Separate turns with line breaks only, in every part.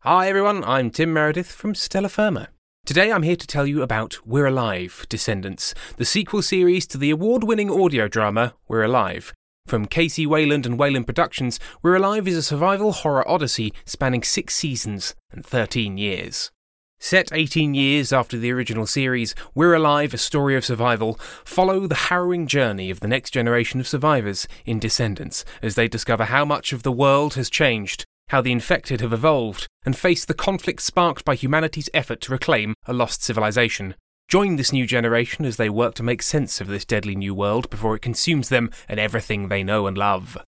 Hi everyone, I'm Tim Meredith from Stella Firma. Today I'm here to tell you about We're Alive Descendants, the sequel series to the award winning audio drama We're Alive. From Casey Wayland and Wayland Productions, We're Alive is a survival horror odyssey spanning six seasons and 13 years. Set 18 years after the original series, We're Alive, A Story of Survival, follow the harrowing journey of the next generation of survivors in Descendants as they discover how much of the world has changed, how the infected have evolved, and face the conflict sparked by humanity's effort to reclaim a lost civilization. Join this new generation as they work to make sense of this deadly new world before it consumes them and everything they know and love.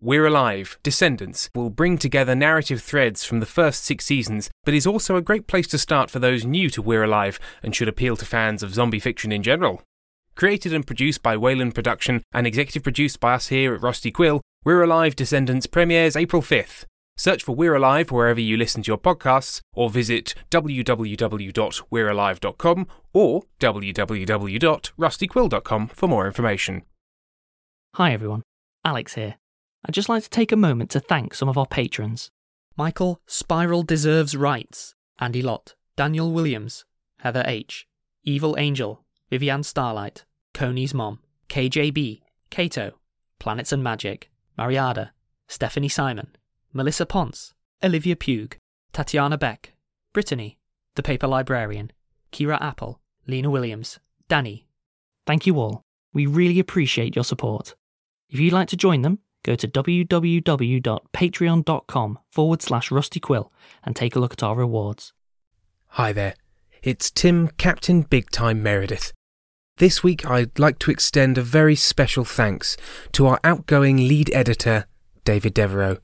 We're Alive, Descendants will bring together narrative threads from the first six seasons, but is also a great place to start for those new to We're Alive and should appeal to fans of zombie fiction in general. Created and produced by Wayland Production and executive produced by us here at Rusty Quill, We're Alive Descendants premieres April 5th. Search for We're Alive wherever you listen to your podcasts, or visit www.we'realive.com or www.rustyquill.com for more information.
Hi everyone, Alex here. I'd just like to take a moment to thank some of our patrons Michael Spiral Deserves Rights, Andy Lott, Daniel Williams, Heather H., Evil Angel, Vivian Starlight, Coney's Mom, KJB, Kato, Planets and Magic, Mariada, Stephanie Simon, Melissa Ponce, Olivia Pugh, Tatiana Beck, Brittany, The Paper Librarian, Kira Apple, Lena Williams, Danny. Thank you all. We really appreciate your support. If you'd like to join them, go to www.patreon.com forward slash rustyquill and take a look at our rewards.
Hi there, it's Tim, Captain Big Time Meredith. This week I'd like to extend a very special thanks to our outgoing lead editor,
David Devereux.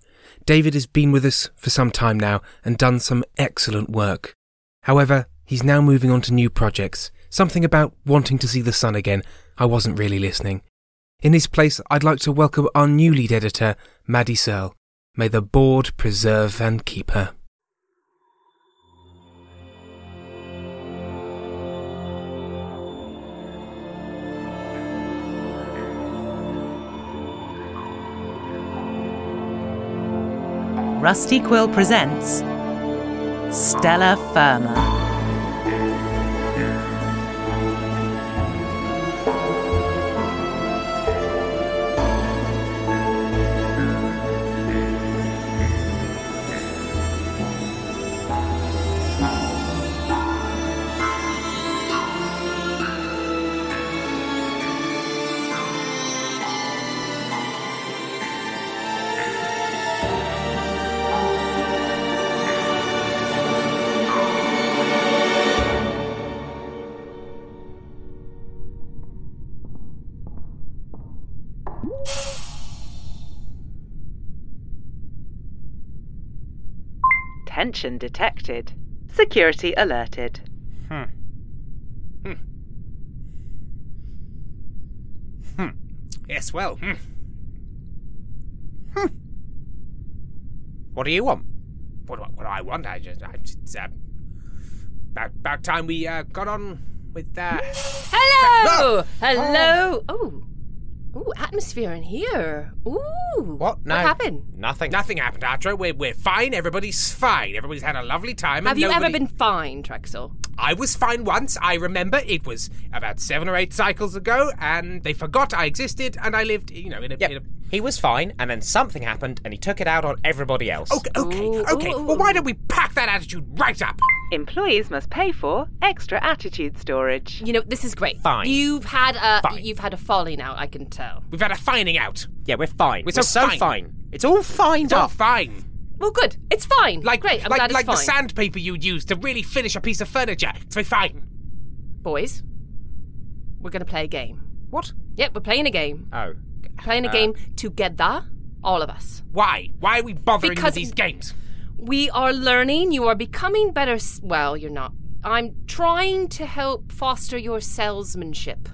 David has been with us for some time now and done some excellent work. However, he's now moving on to new projects. Something about wanting to see the sun again. I wasn't really listening. In his place, I'd like to welcome our new lead editor, Maddie Searle. May the board preserve and keep her.
Rusty Quill presents Stella Firma. Tension detected. Security alerted.
Hmm. Hmm. Hmm. Yes, well. Hmm. Hmm. What do you want? What do I, what do I want? I just, I just um, about, about time we uh, got on with uh,
Hello! Hello! Oh. Ooh, atmosphere in here. Ooh.
What? No.
What happened?
Nothing. Nothing happened, Artro. We're we're fine. Everybody's fine. Everybody's had a lovely time. and
Have you ever
nobody-
been fined, Trexel?
I was fine once. I remember it was about seven or eight cycles ago, and they forgot I existed, and I lived, you know, in a. In a
He was fine, and then something happened, and he took it out on everybody else.
okay, okay, okay. Well, why don't we pack that attitude right up?
Employees must pay for extra attitude storage.
You know, this is great.
Fine.
You've had a
Fine.
you've had a folly now, I can tell.
We've had a fining out.
Yeah, we're fine.
We're
We're,
so
so
fine.
fine. It's all fined
It's all
up.
fine.
Well good. It's fine.
Like
great, I'm
like
glad
like
it's fine.
the sandpaper you'd use to really finish a piece of furniture. It's very fine.
Boys. We're gonna play a game.
What?
Yep, we're playing a game.
Oh.
Playing a game together, all of us.
Uh, Why? Why are we bothering
Because-
with these games?
We are learning. You are becoming better. S- well, you're not. I'm trying to help foster your salesmanship.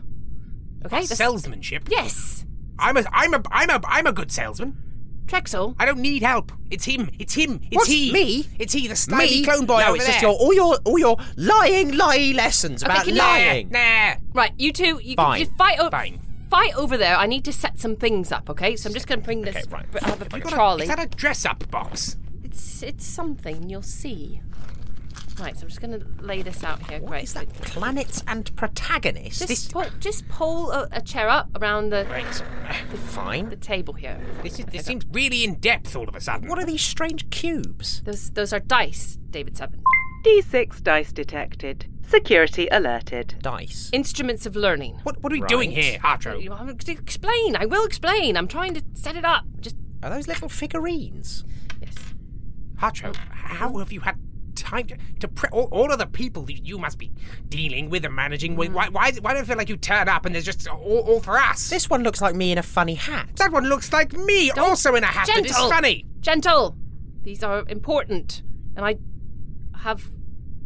Okay. that's-
Salesmanship.
Yes,
I'm a I'm a I'm a I'm a good salesman.
Trexel.
I don't need help. It's him. It's him. It's
What?
he.
Me?
It's he. The slimy
Me?
clone boy
no,
over
it's
there.
just your all your all your lying, lie lessons about
can you-
lying.
Nah.
Right, you two. You
Fine.
Just fight over.
Fine.
Fight over there. I need to set some things up. Okay. So I'm just going to bring this.
Okay, right.
I have a
Have you got a-
trolley.
is that a dress-up box?
It's it's something you'll see. Right. So I'm just going to lay this out here. Great.
Is that planets and protagonists?
Just
this
pull, just pull a, a chair up around the
Right. uh,
the
fine.
table here.
This, is, this seems really in depth all of a sudden.
What are these strange cubes?
Those those are dice, David Seven.
D6 dice detected. Security alerted.
Dice.
Instruments of learning.
What, what are we
Right.
doing here,
You
Artro?
haven't explain. I will explain. I'm trying to set it up. Just
Are those little figurines? Mm-hmm.
yes.
Artro, how have you had time to, to pre- all, all of the people that you must be dealing with and managing?
Mm.
Why, why, why, why do I feel like you turn up and there's just all, all for us?
This one looks like me in a funny hat.
that one looks like me, also in a hat that
Gentle.
is funny.
Gentle. These are important, and I have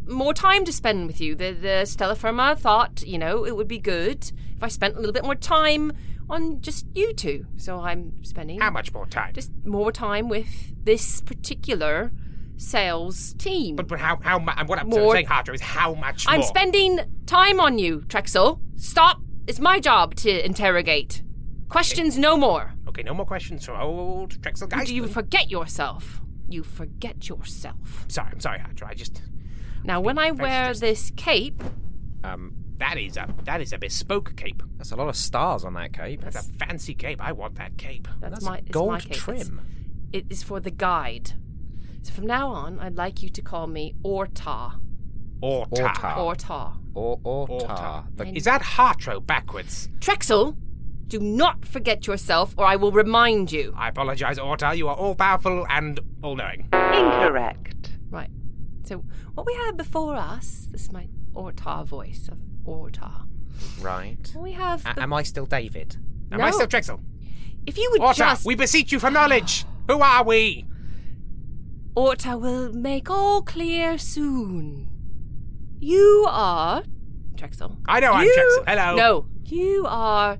more time to spend with you. The the Stella Firma thought you know it would be good if I spent a little bit more time on just you two. So I'm spending
How much more time?
just more time with this particular sales team.
but, but how, how much? And what I'm
More-
saying, Artro, is how much
I'm
more?
spending time on you, Trexel. Stop. It's my job to interrogate. Questions no more.
Okay, no more questions from old Drexel guys.
Do you forget yourself? You forget yourself.
sorry, I'm sorry, Artro. I just
Now, when I
That's
wear
just-
this cape,
Um,
that is a that is a bespoke cape.
that's a lot of stars on that cape.
That's a fancy cape. I want that cape.
that's,
That's
my
a
it's
gold
my cape. It's-
trim.
it is for the guide. So from now on, I'd like you to call me Orta.
Orta.
Orta. Ah.
Orta.
Or
Orta.
orta.
Is that Hartro backwards?
Trexel, do not forget yourself, or I will remind you.
I apologise, Orta. You are all powerful and all knowing.
Incorrect.
Right. So what we had before us, this is my Orta voice of Orta.
right.
We have.
A- am I still David?
Am
No.
I still Drexel?
If you would
Orta,
just.
we beseech you for knowledge. Who are we?
Orta will make all clear soon. You are Drexel.
I know I'm
You-
Drexel. Hello.
No, you are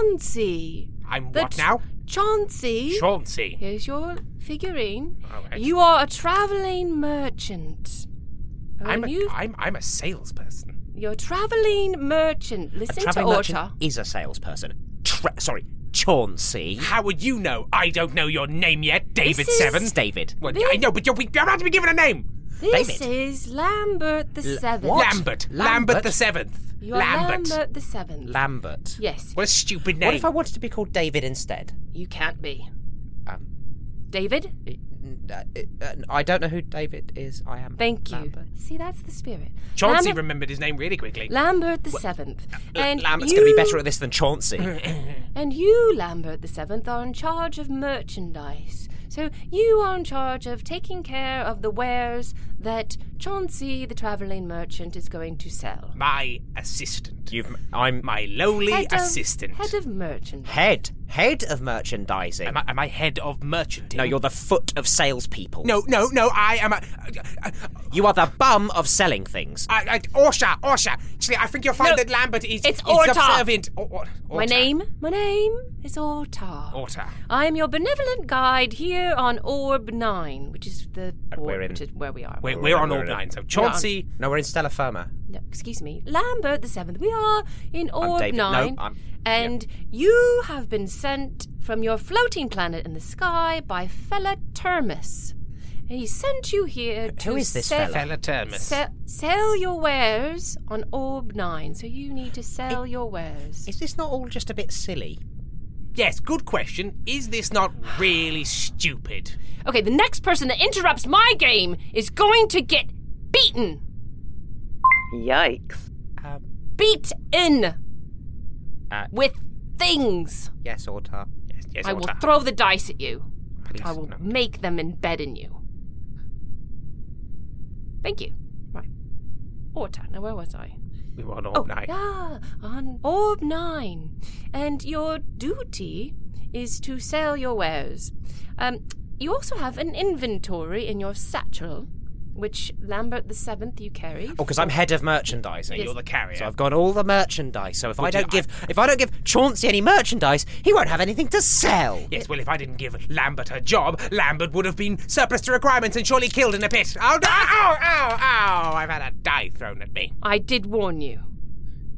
Chauncey.
I'm
The
what
Ch-
now?
Chauncey.
Chauncey.
Here's your figurine.
Oh, excellent.
you are a traveling merchant. Oh,
I'm a,
and you,
I'm, I'm a salesperson.
you're a traveling merchant. Listen
traveling
to
merchant.
Orta.
Is a salesperson. Tra- sorry,
Chauncey.
How would you know? I don't know your name yet, David
This is-
Seven.
David.
Well, I know, but you're, you're about to be given a name.
This is Lambert the
L-
Seventh.
what? Lambert. Lambert the Seventh.
You are
Lambert.
Lambert, the Seventh.
Lambert.
yes.
What a stupid name.
What if I wanted to be called David instead?
You can't be.
Um,
David?
Uh, uh, I don't know who David is. I am.
Thank you.
Lambert.
See, that's the spirit.
Chauncey
Lambert,
remembered his name really quickly.
Lambert the Seventh. And
Lambert's
you,
going to be better at this than Chauncey.
And you, Lambert the Seventh, are in charge of merchandise. So you are in charge of taking care of the wares that Chauncey the traveling merchant is going to sell.
My assistant.
You've, I'm
my lowly
Head of-
assistant.
Head of merchandise.
head. Head of merchandising.
am, I, am I head of merchanting?
No, you're the foot of salespeople.
No, no, no. I am a. I,
You are the bum of selling things.
I, Orsha, Orsha. Actually, I think you'll find
No,
that Lambert is.
it's
is
Orta.
Subservient. Or, or,
My
Orta.
name? My name is Ortar.
Orta.
I am your benevolent guide here on Orb 9, which is the
Uh,
orb,
we're in-
which is where we are.
We're, we're on
We're
orb
in-
nine. So Chauncey.
No, we're in Stella Firma.
No, excuse me. Lambert the Seventh. We are in Orb
David. No,
9.
I'm-
and you have been sent from your floating planet in the sky by fella Termus. And he sent you here to
who is this
sell,
fella? Fella
Termus.
Sell, sell your wares on Orb 9. So you need to sell your wares.
Is this not all just a bit silly?
Yes, good question. Is this not really stupid?
Okay, the next person that interrupts my game is going to get beaten.
Yikes.
Um,
Beaten
uh,
with things.
yes, Orta.
Yes, yes
I will
Orta.
throw the dice at you.
Please,
I will
no.
make them embed in you. Thank you. Right. Orta, now where was I?
We were on orb
oh,
nine.
yeah, on Orb 9. And your duty is to sell your wares. Um, you also have an inventory in your satchel, which Lambert the Seventh you carry.
Oh, because I'm head of merchandising.
Yes.
You're the carrier.
So I've got all the merchandise. So if I
Would you-
don't give, if I don't give Chauncey any merchandise, he won't have anything to sell.
Yes, well, if I didn't give Lambert her job, Lambert would have been surplus to requirements and surely killed in a pit. Oh, no! Ow, ow, ow! I've had a die thrown at me.
I did warn you.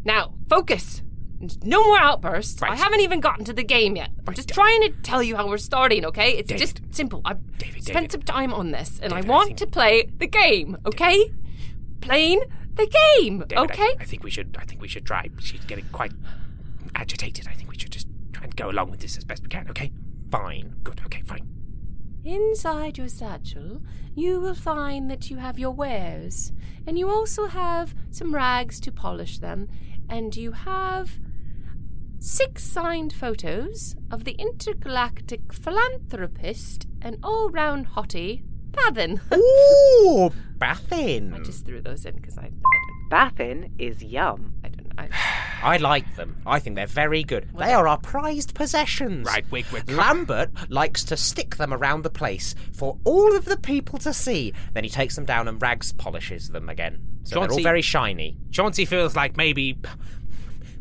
Now, focus. No more outbursts. I
Right.
haven't even gotten to the game yet. I'm just trying to tell you how we're starting, okay? It's
David.
just simple. I've
David,
spent
David.
some time on this, and
David,
I
I
want
think-
to play the game, okay? Playing the game,
David, I-
okay?
I, think we should. I think we should try. She's getting quite agitated. I think we should just try and go along with this as best we can. Okay. Fine. Good. Okay. Fine.
Inside your satchel, you will find that you have your wares, and you also have some rags to polish them, and you have six signed photos of the intergalactic philanthropist and all round hottie, Pathen.
Ooh,
I
Bathin.
just threw those in because I, I don't,
Bathin is yum.
I don't, I,
I like them. I think they're very good. They are our prized possessions.
Right, we're- we're-
Lambert likes to stick them around the place for all of the people to see. Then he takes them down and rags polishes them again. So they're all
Chauncey-
very shiny.
Chauncey feels like maybe,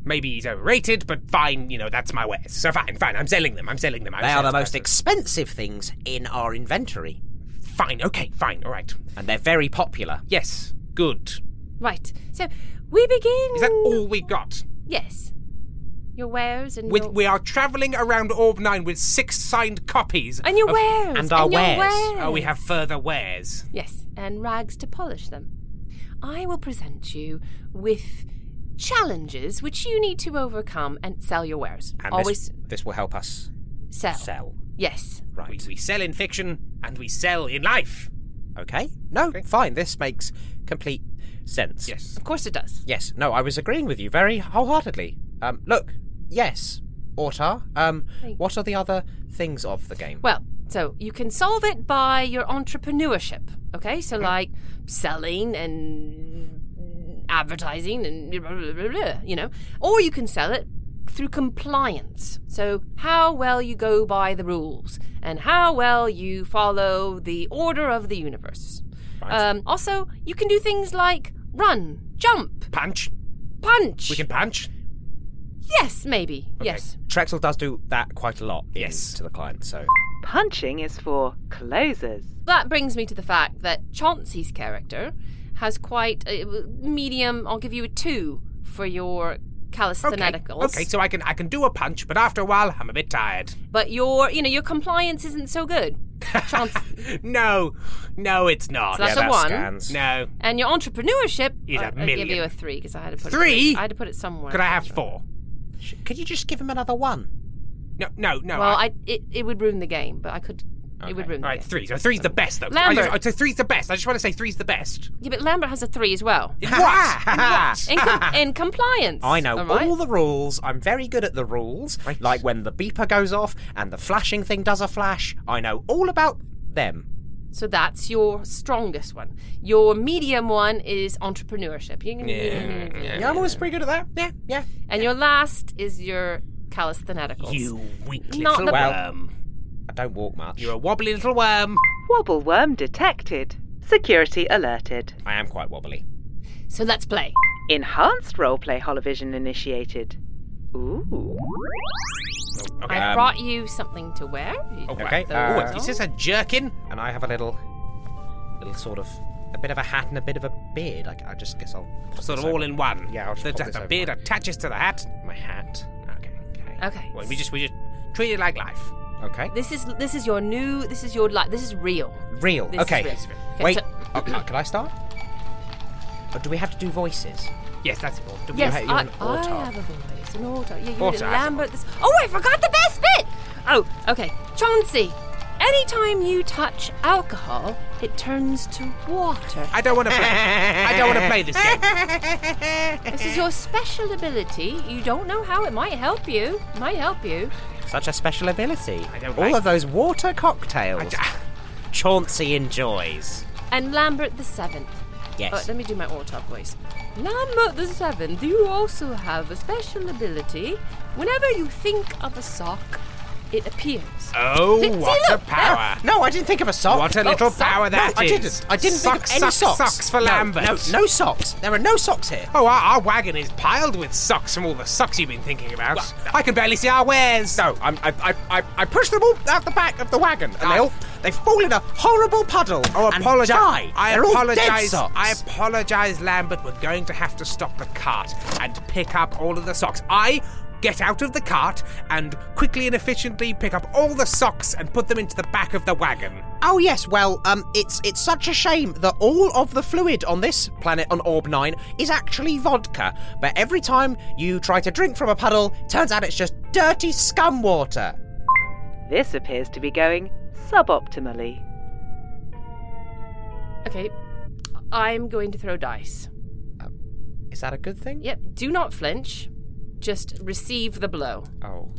maybe he's overrated, but fine. You know that's my wares. So fine, fine. I'm selling them. I'm selling them. I'm
They are the most
salesperson.
expensive things in our inventory,
Fine. Okay. Fine. All right.
and they're very popular.
Yes. Good.
right. So we begin.
Is that all we got?
Yes. Your wares and
With
your
we are travelling around Orb Nine with six signed copies.
and your
of-
wares
and our
your
wares.
Oh, we have further wares.
Yes, and rags to polish them. I will present you with challenges which you need to overcome and sell your wares.
And
Always
this, this will help us
sell.
sell.
Yes.
Right.
We, we sell in fiction and we sell in life.
Okay. No, fine. This makes complete sense.
Yes.
Of course it does.
Yes. No, I was agreeing with you very wholeheartedly. Um, look. Yes. Ortar. Um,
Thank-
what are the other things of the game?
Well, so you can solve it by your entrepreneurship, okay? So like selling and advertising and blah, blah, blah, blah, you know, or you can sell it through compliance. So, how well you go by the rules and how well you follow the order of the universe. Um, also, you can do things like run, jump,
punch,
punch.
We can punch.
Yes, maybe. Yes.
Trexel does do that quite a lot. Yes, to the client. So
Punching is for closers.
That brings me to the fact that Chauncey's character has quite a medium. I'll give you a two for your
Okay.
calisthenics.
okay, so I can I can do a punch, but after a while I'm a bit tired.
but your you know your compliance isn't so good.
No, no, it's not.
So that's Yeah, a that one. scans.
No,
And your entrepreneurship,
Is a
I- I give you
million.
a three because I had to put
Three?
It, I had to put it somewhere.
could I have four?
could you just give him another one?
No, no, no.
well,
I,
I, it, it would ruin the game, but I could. It would ruin.
all right, three. So three's the best though. I
Lambert.
just, so three's the best. I just want to say three's the best.
Yeah, but Lambert has a three as well.
In what? In what?
in, com- in compliance.
I know
all right?
all the rules. I'm very good at the rules. Like when the beeper goes off and the flashing thing does a flash. I know all about them.
So that's your strongest one. Your medium one is entrepreneurship. You can-
Yeah, I'm always pretty good at that. Yeah, yeah.
And your last is your calisthenics.
You weak
Not
little
the-
worm.
I don't walk much.
You're a wobbly little worm.
Wobble worm detected. Security alerted.
I am quite wobbly.
So let's play.
Enhanced roleplay holovision initiated. Ooh.
Um,
I
um,
brought you something to wear.
Oh,
You-
Okay.
those
uh,
on.
a jerkin?
And I have a little, little sort of, a bit of a hat and a bit of a beard. I, I just guess I'll pop
Sort of
this
all
over.
in one.
Yeah, I'll just
the,
pop
the-
this
the
over
beard
my-
attaches to the hat.
My hat. Okay. Okay.
Okay.
Well, we just we just treat it like life.
Uh, Okay.
This is this is your new. This is your like. This is real.
Real.
This is
okay.
real. Okay,
Wait.
so-
uh, uh, could I start? Or do we have to do voices?
Yes, that's important.
Yes,
ha- you're
I,
an
I
autar.
have a voice. An autar. Yeah, you
Autar,
did
I have a
Lambert. This. Oh, I forgot the best bit. Oh, okay. Chauncey, anytime you touch alcohol, it turns to water.
I don't want to play. I don't want to play this game.
This is your special ability. You don't know how it might help you. Might help you.
Such a special ability. I
don't
all
like-
of those water cocktails.
I
Chauncey enjoys.
And Lambert the Seventh.
Yes.
Oh, let me do my Ortop voice. Lambert the Seventh, you also have a special ability. Whenever you think of a sock, it appears.
Oh,
See- see,
what a
look.
power!
No, I didn't think of a sock.
What a little power that
Oh, no, I
is.
didn't. I didn't
Socks,
think of any
socks,
socks.
socks for
No,
Lambert.
No, no, socks. There are no socks here.
Oh, our, our wagon is piled with socks from all the socks you've been thinking about. I can barely see our wares.
No, I'm, I, I, I, I pushed them all out the back of the wagon,
Ah,
and they all they fall in a horrible puddle.
Oh,
and
apologize.
die.
I
They're All dead
apologize.
socks.
I apologize, Lambert. We're going to have to stop the cart and pick up all of the socks. I get out of the cart and quickly and efficiently pick up all the socks and put them into the back of the wagon.
Oh yes, well, um, it's it's such a shame that all of the fluid on this planet on Orb Nine is actually vodka, but every time you try to drink from a puddle, turns out it's just dirty scum water.
This appears to be going suboptimally.
Okay, I'm going to throw dice.
Uh, Is that a good thing?
Yep, do not flinch. Just receive the blow.
Oh.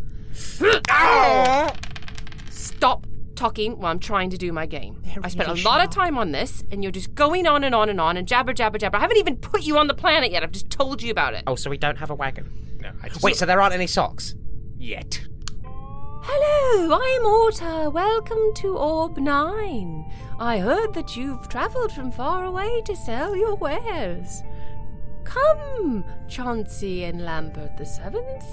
Stop talking while I'm trying to do my game. I spent a lot of time on this, and you're just going on and on and on and jabber, jabber, jabber. I haven't even put you on the planet yet. I've just told you about it.
Oh, so we don't have a wagon.
No, I just
Wait, so there aren't any socks?
yet.
Hello, I'm Orta. Welcome to Orb 9. I heard that you've travelled from far away to sell your wares. Come, Chauncey and Lambert the Seventh,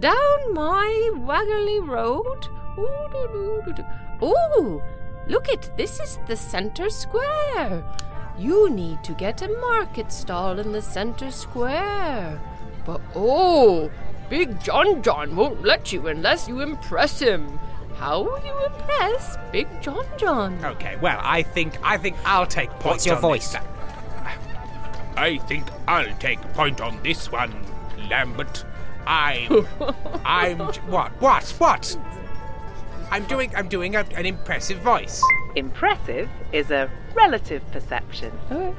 down my waggly road. Ooh, doo, doo, doo, doo. Ooh, look it, this is the centre square. You need to get a market stall in the centre square. But oh, Big John John won't let you unless you impress him. How will you impress Big John John?
Okay, well, I think I think I'll take point.
What's your
on this
voice?
one. I think I'll take point on this one, Lambert. I'm I'm what what what? I'm doing I'm doing a, an impressive voice.
Impressive is a relative perception.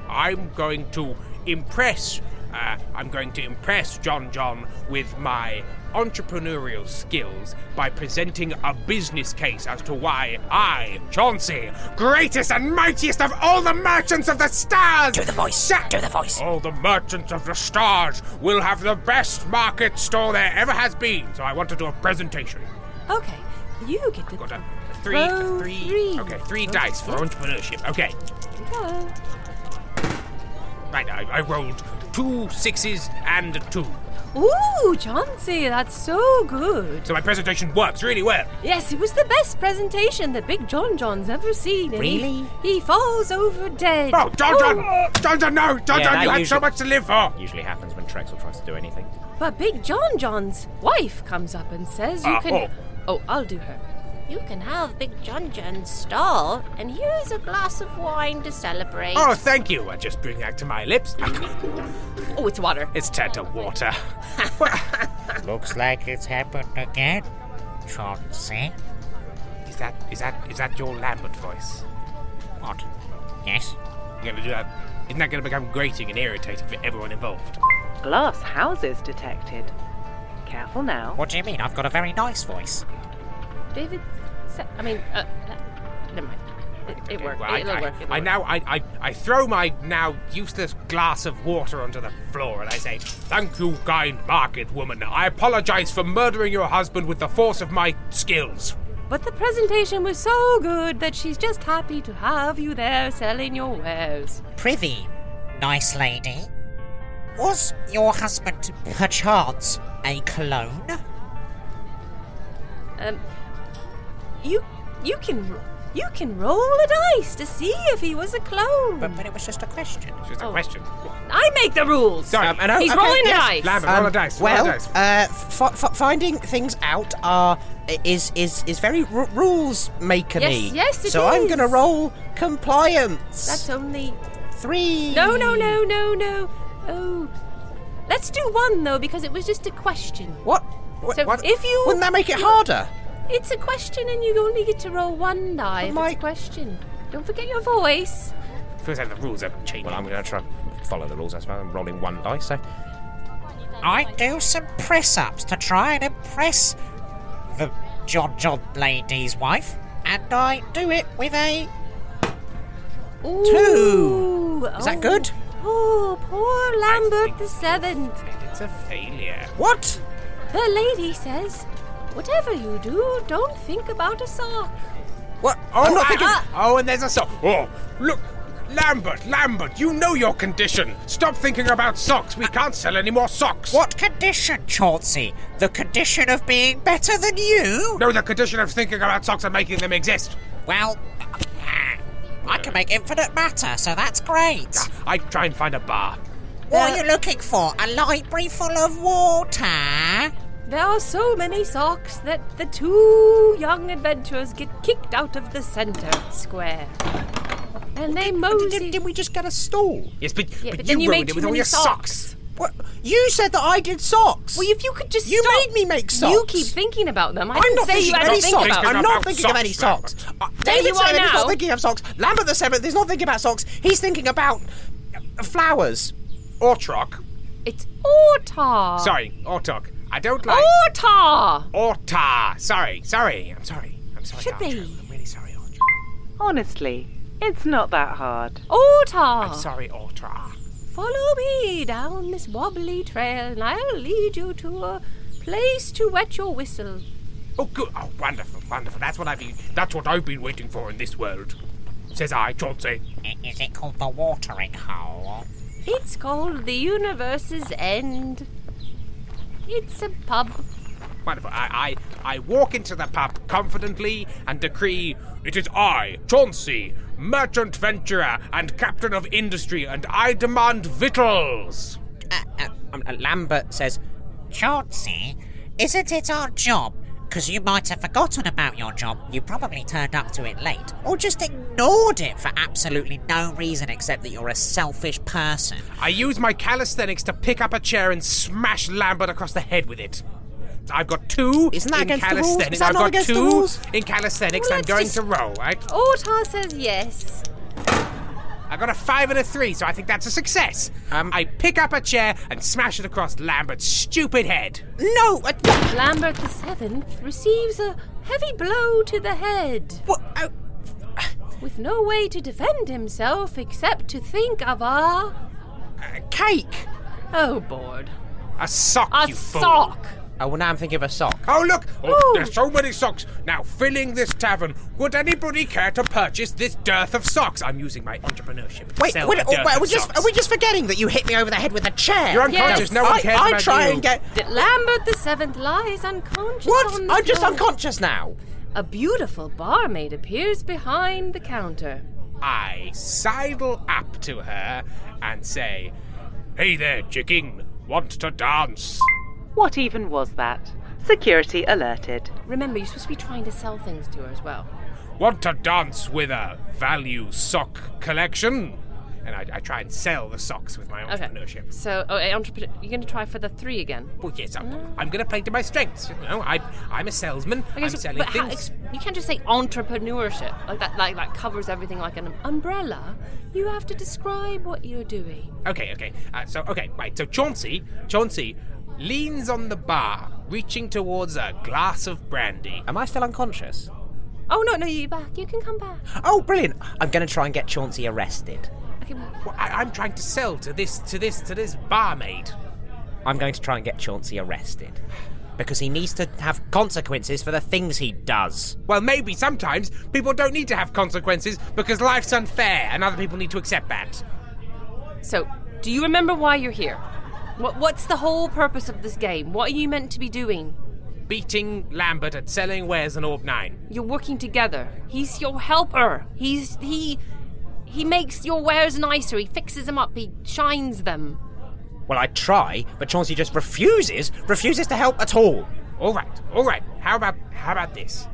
I'm going to impress Uh, I'm going to impress John John with my entrepreneurial skills by presenting a business case as to why I, Chauncey, greatest and mightiest of all the merchants of the stars, do the voice, do the voice. All the merchants of the stars will have the best market store there ever has been. So I want to do a presentation.
Okay, you get the.
Got a three,
Row
three,
three.
okay, three dice for entrepreneurship. Okay,
Hello.
right, I, I rolled two sixes and a two.
Ooh, Chauncey, that's so good.
So my presentation works really well.
Yes, it was the best presentation that Big John John's ever seen. and he-
Really?
He, falls over dead.
Oh, John John! John John, no! John
Yeah,
John,
that
you have so
usually-
much to live for!
Usually happens when Trexel tries to do anything.
But Big John John's wife comes up and says, "You
Ah,
can."
oh.
oh, I'll do her.
You can have Big John John's stall, and here's a glass of wine to celebrate.
Oh, thank you. I just bring that to my lips. I can't-
Oh, it's water.
It's turned to water.
Looks like it's happened again, Chauncey.
Is that is that is that your Lambert voice? What?
Yes?
You're gonna do that. Isn't that gonna become grating and irritating for everyone involved?
Glass houses detected. Careful now.
What do you mean? I've got a very nice voice.
David, Sa- I mean, uh, uh, never mind. It, it worked.
Well, I,
It'll
I,
work. It'll
I
work.
now I, I I throw my now useless glass of water onto the floor and I say, "Thank you, kind market woman. I apologize for murdering your husband with the force of my skills."
But the presentation was so good that she's just happy to have you there selling your wares.
Privy, nice lady. Was your husband perchance a clone?
Um, you, you can, you can roll a dice to see if he was a clone. But,
but it was just a question.
It's just a question.
I make the rules.
Um, and oh,
He's
okay,
rolling a
yes.
dice.
Um,
roll a
Well,
dice.
Uh, f- f- finding things out are is is is very r- rules maker me.
Yes, yes, it
so I'm
is.
going to roll compliance.
That's only
three.
No, no, no, no, no. Oh, let's do one though because it was just a question.
What?
so if you
wouldn't that make it
you-
harder?
It's a question, and you only get to roll one die. if
my-
It's a question. Don't forget your voice.
Feels like the rules are changing.
Well, I'm going to try and follow the rules. I suppose I'm rolling one dice. So
I do some press ups to try and impress the John John lady's wife, and I do it with a
two.
Is that good?
Oh, poor Lambert the Seventh.
It's a failure.
What?
The lady says, "Whatever you do, don't think about a sock."
What?
Oh,
I'm not
I-
Uh-huh.
thinking-
oh, and there's a sock. Oh, look, Lambert, Lambert, you know your condition. Stop thinking about socks. We can't sell any more socks.
What condition, Chauncey? The condition of being better than you?
No, the condition of thinking about socks and making them exist.
Well, I can make infinite matter, so that's great.
I try and find a bar.
What are you looking for? A library full of water?
There are so many socks that the two young adventurers get kicked out of the center square. And they mosey. Did,
we just get a stall?
Yes, but,
Yeah,
but
but
you
then you
ruined
made
it
too
with all
many
your
socks.
What? You said that I did socks.
Well, if you could just
You
stop-
made me make
You
socks.
keep thinking about them. I
I'm
didn't
not
say you
thinking
had
of
to
any
think
socks.
about them.
I'm not thinking of any socks. Uh,
There
David
you are
Seven is
now.
not thinking of socks. Lambert the Seventh is not thinking about socks. He's thinking about uh, flowers.
Ortrock.
It's
Ah.
Ortar.
Sorry, Ortok. I don't like.
Ortar.
Ortar. Sorry, sorry. I'm sorry. I'm sorry.
Should
Archer.
be.
I'm really sorry, Ortar.
Honestly, it's not that hard.
Ortar.
I'm sorry, Ortar.
Follow me down this wobbly trail, and I'll lead you to a place to wet your whistle.
Oh, good. Oh, wonderful, wonderful. That's what I've been. That's what I've been waiting for in this world. Says I, Chauncey.
I- Is it called the watering hole?
It's called the universe's end. It's a pub.
Wonderful. I, I, I walk into the pub confidently and decree it is I, Chauncey, merchant venturer and captain of industry, and I demand victuals.
Um, uh, Lambert says,
Chauncey, isn't it our job? Because you might have forgotten about your job, you probably turned up to it late, or just ignored it for absolutely no reason except that you're a selfish person.
I use my calisthenics to pick up a chair and smash Lambert across the head with it. I've got two
Isn't that
in
against the rules? Is
calisthenics.
that
I've
not
got
against the
two
rules?
in calisthenics.
Well,
I'm
let's
going
just-
to roll, right?
Ortar says yes.
I I got a five and a three, so I think that's a success.
Um,
I pick up a chair and smash it across Lambert's stupid head.
No! Lambert the Seventh receives a heavy blow to the head. With no way to defend himself except to think of a.
cake!
Oh, bored.
A sock,
A
you fool.
sock!
Oh, well, now I'm thinking of a sock.
Oh, look! Oh, there's so many socks. Now, filling this tavern, would anybody care to purchase this dearth of socks? I'm using my entrepreneurship.
Wait,
Sell
wait,
the
oh,
dearth
wait,
of
we're just,
socks.
are we just forgetting that you hit me over the head with a chair?
You're unconscious, no one
I,
cares
I
about
try
you.
and get.
That Lambert the Seventh lies unconscious
What?
on the
I'm just
floor.
unconscious now.
A beautiful barmaid appears behind the counter.
I sidle up to her and say, Hey there, chicken. Want to dance?
What even was that? Security alerted.
Remember, you're supposed to be trying to sell things to her as well.
Want to dance with a value sock collection? And I, I try and sell the socks with my entrepreneurship.
So, oh, entrepreneur, you're going to try for the three again.
Well, yes, I'm, I'm going to play to my strengths. You know, I, I'm a salesman.
Okay,
I'm
so,
selling
but how,
things.
ex- you can't just say entrepreneurship like that. Like that covers everything like an umbrella. You have to describe what you're doing.
Okay, okay. Uh, so, okay, right. So Chauncey, Chauncey leans on the bar, reaching towards a glass of brandy.
Am I still unconscious?
Oh no, no, you're back. You can come back.
Oh, brilliant! I'm going to try and get Chauncey arrested.
Okay,
Well, I, I'm trying to sell to this, to this, to this barmaid.
I'm going to try and get Chauncey arrested because he needs to have consequences for the things he does.
Well, maybe sometimes people don't need to have consequences because life's unfair, and other people need to accept that.
So, do you remember why you're here? What, what's the whole purpose of this game? What are you meant to be doing?
Beating Lambert at selling wares in Orb Nine.
You're working together. He's your helper. He's he he makes your wares nicer. He fixes them up. He shines them.
Well, I try, but Chauncey just refuses, refuses to help at all.
All right, all right. How about how about this?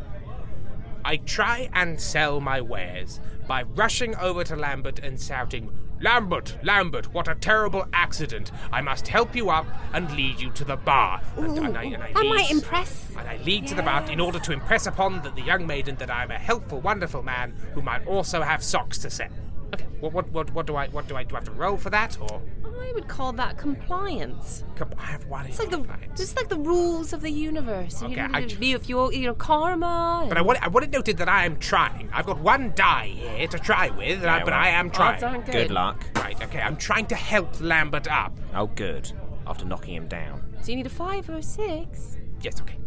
I try and sell my wares by rushing over to Lambert and shouting, "Lambert, Lambert! What a terrible accident! I must help you up and lead you to the bar." And, and I, and I
That
lead-
might impress.
And I lead to the bar in order to impress upon the, the young maiden that I am a helpful, wonderful man who might also have socks to sell. Okay. What what what, what do I what do I do? I have to roll for that or?
I would call that compliance.
Come, I have one. in
It's like the
compliance.
it's like the rules of the universe.
Okay,
you
I
need
tr-
to be if you you know karma.
But I want, I want it noted that I am trying. I've got one die here to try with, and I-
Yeah,
but
well,
I am trying.
odds aren't good.
Good luck.
Right, okay, I'm trying to help Lambert up.
Oh, good. After knocking him down.
so you need a five or a six.
Yes, okay.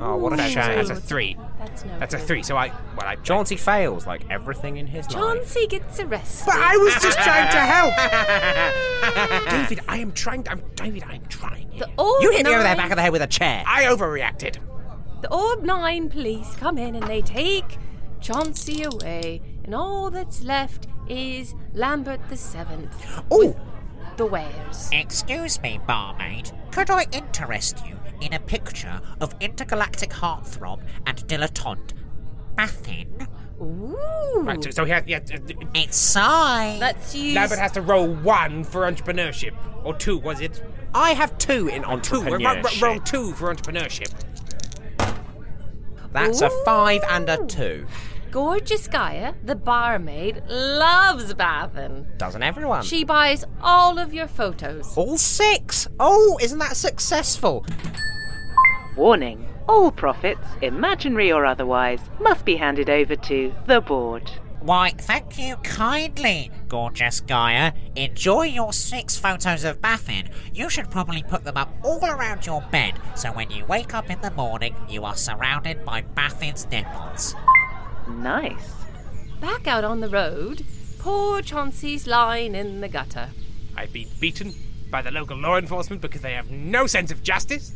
Oh, what a
That's-
shame.
That's a three.
That's no.
That's a
good.
three, so I. Well, I.
Chauncey fails like everything in his life.
Chauncey gets arrested.
But I was just trying to help! David, I am trying. I'm, David, I am trying. here.
The orb
You hit me over the
nine-
back of the head with a chair.
I overreacted.
The Orb Nine police come in and they take Chauncey away, and all that's left is Lambert the Seventh.
Oh,
The wares.
Excuse me, barmaid. Could I interest you in a picture of intergalactic heartthrob and dilettante Bathin?
Ooh.
Right, so, so he has, he has, uh,
It's signed.
Let's use.
Lambert has to roll one for entrepreneurship. Or two, was it?
I have two in
Two. Roll,
entrepreneurship.
roll, roll two for entrepreneurship.
That's a five and a two.
Gorgeous Gaia, the barmaid, loves Bathin.
Doesn't everyone?
She buys all of your photos.
All six. Oh, isn't that successful?
Warning all profits, imaginary or otherwise, must be handed over to the board.
Why, thank you kindly, gorgeous Gaia. Enjoy your six photos of Baffin. You should probably put them up all around your bed so when you wake up in the morning, you are surrounded by Baffin's nipples.
Nice.
Back out on the road, poor Chauncey's lying in the gutter.
I've been beaten by the local law enforcement because they have no sense of justice.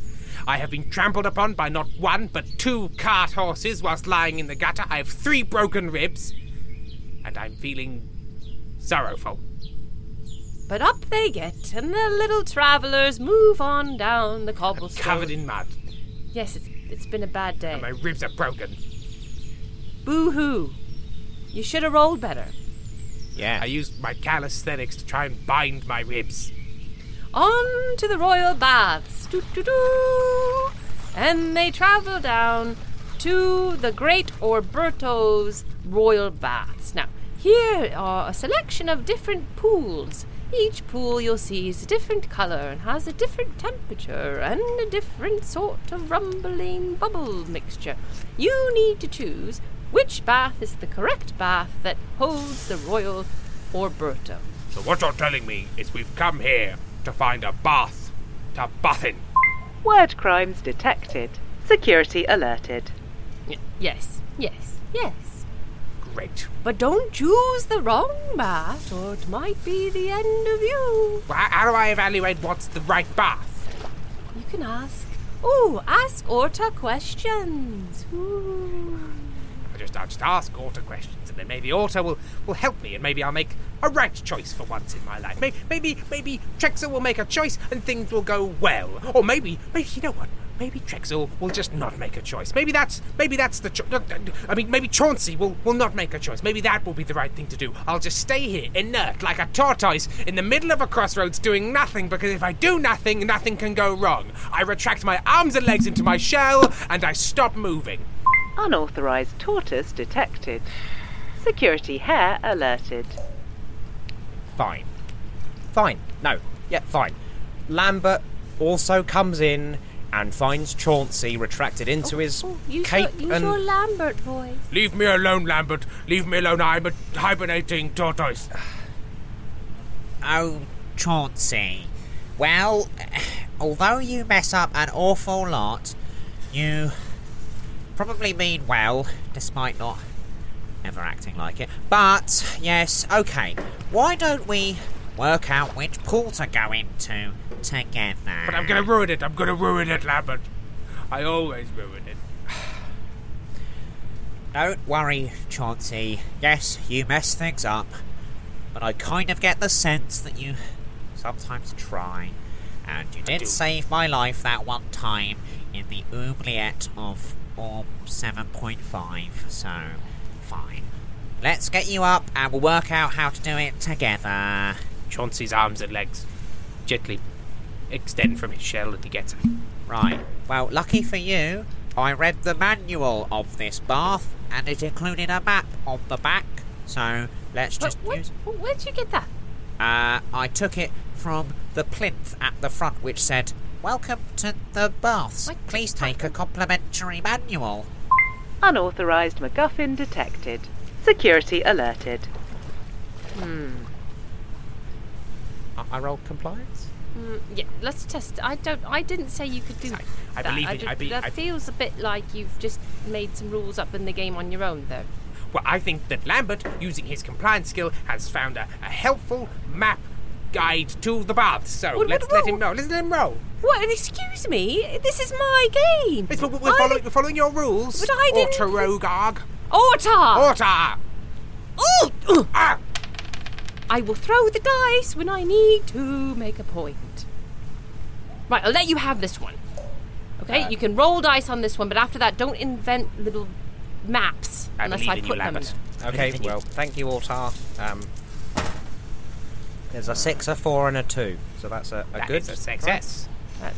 I have been trampled upon by not one but two cart horses whilst lying in the gutter. I have three broken ribs, and I'm feeling sorrowful.
But up they get, and the little travellers move on down the cobblestone.
Covered in mud,
Yes, it's, it's been a bad day.
and my ribs are broken.
Boo hoo. You should have rolled better.
Yeah.
I used my calisthenics to try and bind my ribs.
On to the royal baths. Doo, doo, doo. And they travel down to the great Orberto's royal baths. Now, Here are a selection of different pools. Each pool you'll see is a different colour and has a different temperature and a different sort of rumbling bubble mixture. You need to choose which bath is the correct bath that holds the royal Orberto.
So what you're telling me is we've come here to find a bath to bath in.
Word crimes detected. Security alerted.
Yes, yes, yes.
Great.
But don't choose the wrong bath, or it might be the end of you.
Well, how how do I evaluate what's the right bath?
You can ask. Oh, ask Orta questions. Ooh.
I just, I'll just ask Orta questions, and then maybe Orta will, will help me, and maybe I'll make a right choice for once in my life. Maybe, maybe, maybe Trexel will make a choice and things will go well. Or maybe, maybe you know what? Maybe Trexel will just not make a choice. Maybe that's, maybe that's the. Cho- I mean, maybe Chauncey will will not make a choice. Maybe that will be the right thing to do. I'll just stay here, inert, like a tortoise, in the middle of a crossroads, doing nothing. Because if I do nothing, nothing can go wrong. I retract my arms and legs into my shell, and I stop moving.
Unauthorized tortoise detected. Security hair alerted.
Fine. Fine. No. Yeah, fine. Lambert also comes in and finds Chauncey retracted into his
Use,
cape
your, use
and.
your Lambert voice.
Leave me alone, Lambert. Leave me alone. I'm a hibernating tortoise.
Oh, Chauncey. Well, although you mess up an awful lot, you probably mean well, despite not ever acting like it. But, yes, okay. Why don't we work out which pool to go into together?
But I'm gonna ruin it. I'm gonna ruin it, Lambert. I always ruin it.
Don't worry, Chauncey. Yes, you mess things up, but I kind of get the sense that you sometimes try. And you did
do.
save my life that one time in the oubliette of Orb 7.5, so fine. Let's get you up and we'll work out how to do it together.
Chauncey's arms and legs gently extend from his shell and he gets it.
Right. Well, lucky for you, I read the manual of this bath and it included a map on the back, so let's just
What- what- where'd you get that?
Uh, I took it from the plinth at the front, which said, Welcome to the baths. Please take a complimentary manual.
Unauthorized MacGuffin detected. Security alerted.
Hmm.
I, I rolled compliance.
Mm, yeah, let's test. I don't. I didn't say you could do. I,
I
that.
believe in-
don't-
I be-
that
I-
feels a bit like you've just made some rules up in the game on your own, though.
Well, I think that Lambert, using his compliance skill, has found a, a helpful map guide to the bath. So
Well,
let's
well,
let him know. Let's let him roll.
What? Excuse me. This is my game.
Yes, but we're,
I-
following, we're following your rules.
But I didn't-
Ortorogog.
Orta.
Orta.
Oh! I will throw the dice when I need to make a point. Right, I'll let you have this one. Okay,
Uh,
you can roll dice on this one, but after that, don't invent little maps
I
unless
believe
I
in
put
you,
them.
Lambert. Okay, well, thank you, Altar. Um, there's a six, a four, and a two, so that's a, a
That
good
is a success.
Right.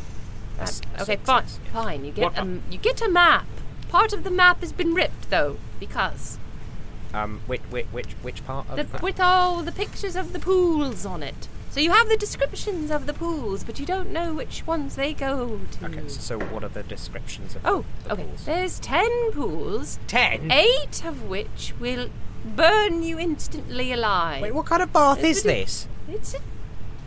That's
Uh, okay, fine, fine. You get
What
a m- you get a map. Part of the map has been ripped though, because
Um, which which which which part of
the,
that?
with all the pictures of the pools on it. So you have the descriptions of the pools, but you don't know which ones they go to.
Okay, so what are the descriptions of?
Oh,
the
okay.
Pools?
There's ten pools.
Ten.
Eight of which will burn you instantly alive.
Wait, what kind of bath
It's
is
a-
this?
It's a,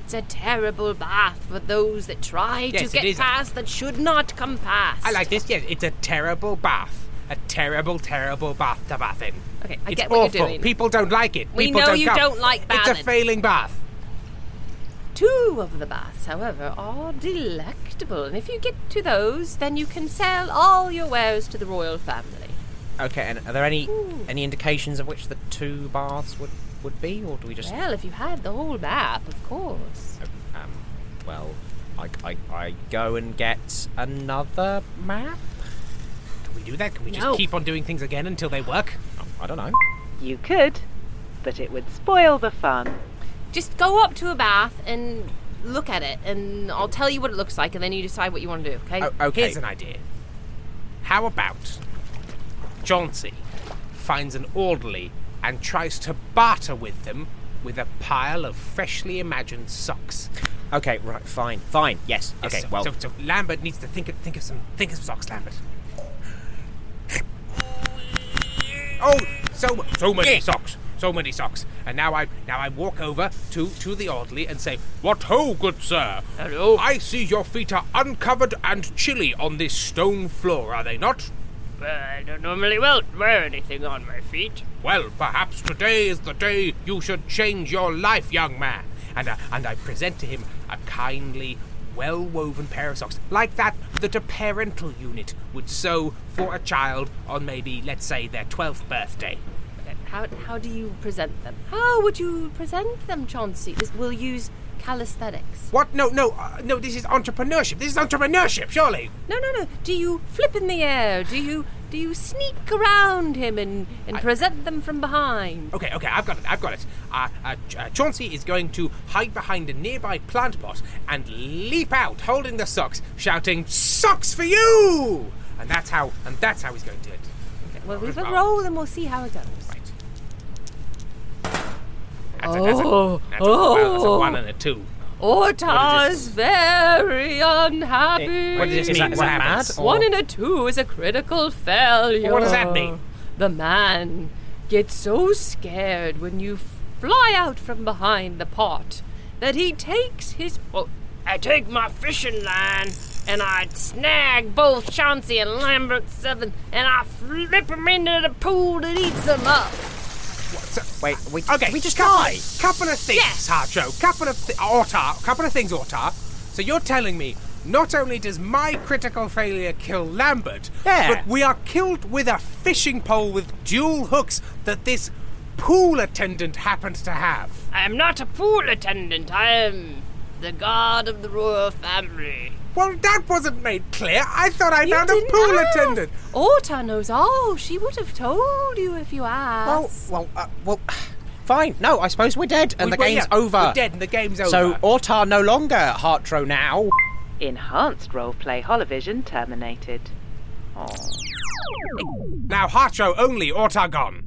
it's a terrible bath for those that try
Yes, it
to get
is.
past that should not come past.
I like this. Yes, it's a terrible bath. A terrible, terrible bath to bath in.
Okay, I
it's
get what you're
awful.
doing.
People don't like it.
We
People
know
don't
you
come.
don't like
It's
Balin.
a failing bath.
Two of the baths, however, are delectable, and if you get to those, then you can sell all your wares to the royal family.
Okay, and are there any any indications of which the two baths would would be, or do we just?
Well, if you had the whole map, of course.
Um, well, I, I I go and get another map.
Can we do that? Can we just
No.
keep on doing things again until they work?
I don't know.
You could, but it would spoil the fun.
Just go up to a bath and look at it, and I'll tell you what it looks like, and then you decide what you want to do, okay?
O- Oh, okay. Here's an idea. How about Chauncey finds an orderly and tries to barter with them with a pile of freshly imagined socks.
Okay, right, fine, fine, yes.
Yes,
Okay,
so-
well,
so, so Lambert needs to think of think of some think of socks, Lambert. Oh, so so many socks, so many socks. And now I now I walk over to to the orderly and say, "What ho, good sir! Hello. I see your feet are uncovered and chilly on this stone floor, are they not?"
But I don't Uh, normally wel- wear anything on my feet.
Well, perhaps today is the day you should change your life, young man. And, uh, and I present to him a kindly, well woven pair of socks, like that that a parental unit would sew for a child on maybe, let's say, their 12th birthday.
How, how do you present them? How would you present them, Chauncey? This, we'll use calisthenics.
What? No, no, uh, no, this is entrepreneurship. This is entrepreneurship, surely.
No, no, no. Do you flip in the air? Do you do you sneak around him and, and present them from behind?
Okay, okay, I've got it, I've got it. Uh, uh, Ch- uh, Chauncey is going to hide behind a nearby plant pot and leap out holding the socks, shouting, Socks for you! And that's how, and that's how he's going to do it.
Well, we will roll and we'll see how it goes. Right.
That's a, that's a,
Oh,
that's a, well, that's a
oh.
one and a two.
Orta's very unhappy.
Eh, what does this Is mean? that- is What that mad, happens? or-
One and a two is a critical failure.
What does that mean?
The man gets so scared when you fly out from behind the pot that he takes his.
Well, I take my fishing line and I snag both Chauncey and Lambert Seven and I flip 'em into the pool that eats 'em up.
wait, we,
Okay,
we just
couple,
die.
Couple of things, Harcho. Couple of th- Ortar. Couple of things, Ortar. So you're telling me not only does my critical failure kill Lambert,
Yeah.
but we are killed with a fishing pole with dual hooks that this pool attendant happened to have.
I am not a pool attendant. I am the god of the royal family.
Well, that wasn't made clear. I thought I
You
found a
didn't
pool
ask.
attendant.
Orta knows all. She would have told you if you asked.
Well, well, uh, well, fine. No, I suppose we're dead and
We-
the
well,
game's
yeah,
over.
we're dead and the game's
So
over.
Ortar no longer Hartro now.
Enhanced roleplay holovision terminated.
Now Harcho only Ortar gone.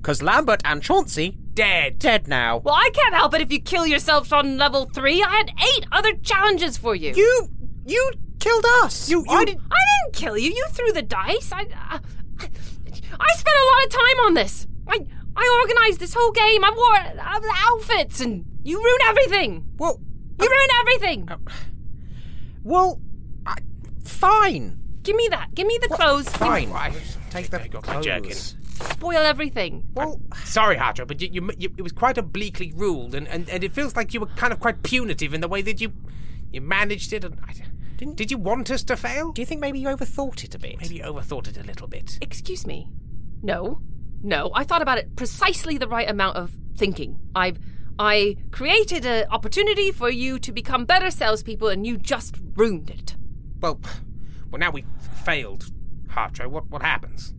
Because Lambert and Chauncey
dead,
dead now.
Well, I can't help it if you kill yourselves on level three. I had eight other challenges for you.
You, you killed us. You,
I, did, not kill you. You threw the dice. I, I, I spent a lot of time on this. I, I organized this whole game. I wore uh, the outfits, and you ruined everything.
Well, uh,
you ruined everything.
Well, fine.
Give me that. Give me the clothes. Give me-
Fine. Take, the clothes.
spoil everything.
Well,
Sorry, Harjo, but you, you, you, it was quite obliquely ruled, and, and, and it feels like you were kind of quite punitive in the way that you you managed it. And I, didn't, did you want us to fail? Do
you think maybe you overthought it a bit?
Maybe you overthought it a little bit.
Excuse me. No, no. I thought about it precisely the right amount of thinking. I've I created an opportunity for you to become better salespeople, and you just ruined it.
Well, well, now we've failed, Hartro. What what happens?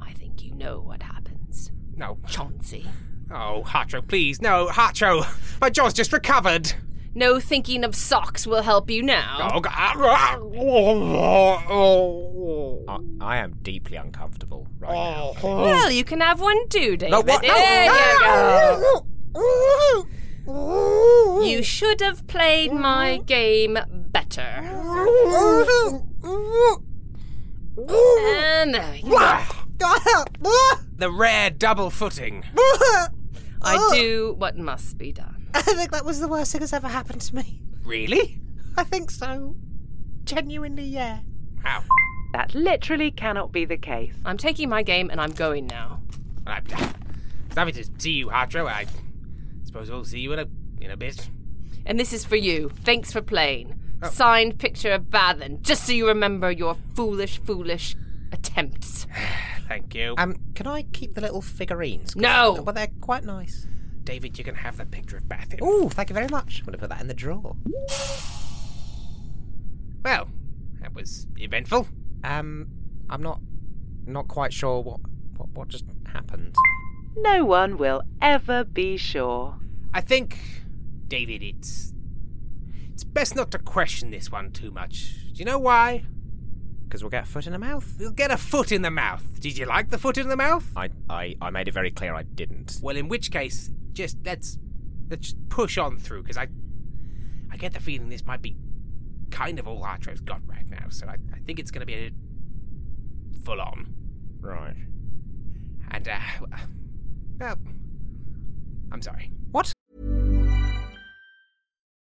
I think you know what happens.
No,
Chauncey.
Oh, Hartro, please, no, Hartro. My jaw's just recovered.
No thinking of socks will help you now.
Oh, God.
Uh,
I, I am deeply uncomfortable right now.
Well, you can have one too, David.
No, what? No.
There you
go.
You should have played my game better. And there you go.
The rare double footing.
I do what must be done.
I think that was the worst thing that's ever happened to me.
Really?
I think so. Genuinely, yeah.
How?
That literally cannot be the case.
I'm taking my game and I'm going now.
I, it's lovely to see you, Hartro. I suppose we'll see you in a in a bit.
And this is for you. Thanks for playing.
Oh.
Signed picture of Bathen, just so you remember your foolish, foolish attempts.
Thank you.
Um, can I keep the little figurines? 'Cause-
No.
Well, they're quite nice.
David, you can have the picture of Bath.
Oh, thank you very much. I'm going to put that in the drawer.
Well, that was eventful.
Um, I'm not, not quite sure what, what, what just happened.
No one will ever be sure.
I think, David, it's it's best not to question this one too much. Do you know why?
because we'll get a foot in the mouth.
You'll get a foot in the mouth. Did you like the foot in the mouth?
I, I, I made it very clear I didn't.
Well, in which case, just let's let's just push on through because I I get the feeling this might be kind of all Artro's got right now. So I, I think it's going to be a full on.
Right.
And uh, well, I'm sorry.
What?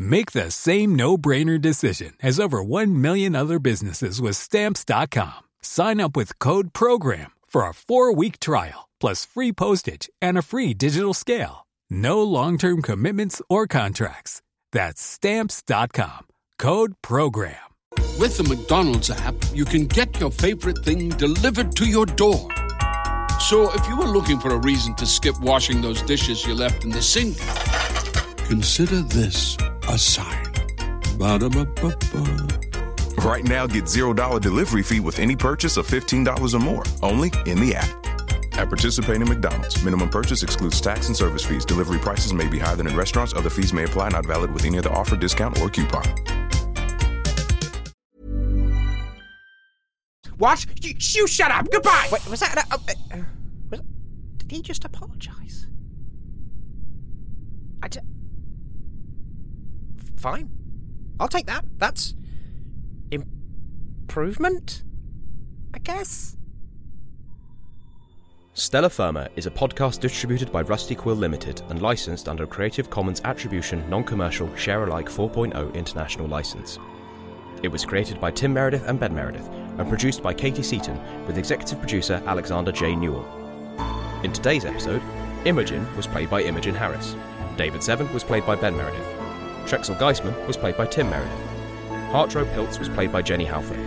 Make the same no brainer decision as over 1 million other businesses with Stamps.com. Sign up with Code Program for a four week trial, plus free postage and a free digital scale. No long term commitments or contracts. That's stamps.com. Code program.
With the McDonald's app, you can get your favorite thing delivered to your door. So if you were looking for a reason to skip washing those dishes you left in the sink, consider this a sign. Ba-da-ba-ba-ba.
Right now, get $0 delivery fee with any purchase of $15 or more, only in the app. At participating McDonald's, minimum purchase excludes tax and service fees. Delivery prices may be higher than in restaurants. Other fees may apply, not valid with any other offer, discount, or coupon.
What? You, you shut up. Goodbye.
Wait, was that? Uh, uh, uh, was, did he just apologise? I d- Fine, I'll take that. That's improvement, I guess.
Stella Firma is a podcast distributed by Rusty Quill Limited and licensed under a Creative Commons Attribution, Non Commercial, Share Alike 4.0 International License. It was created by Tim Meredith and Ben Meredith and produced by Katie Seaton with executive producer Alexander J. Newell. In today's episode, Imogen was played by Imogen Harris. David Seven was played by Ben Meredith. Trexel Geisman was played by Tim Meredith. Hartrow Piltz was played by Jenny Halford.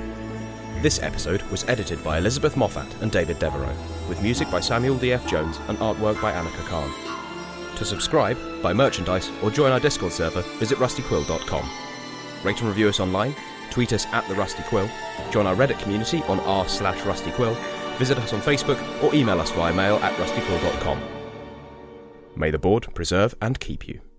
This episode was edited by Elizabeth Moffat and David Devereaux, with music by Samuel D.F. Jones and artwork by Annika Khan. To subscribe, buy merchandise, or join our Discord server, visit rustyquill.com. Rate and review us online, tweet us at the Rusty Quill, join our Reddit community on r slash rustyquill, visit us on Facebook, or email us via mail at rustyquill.com. May the board preserve and keep you.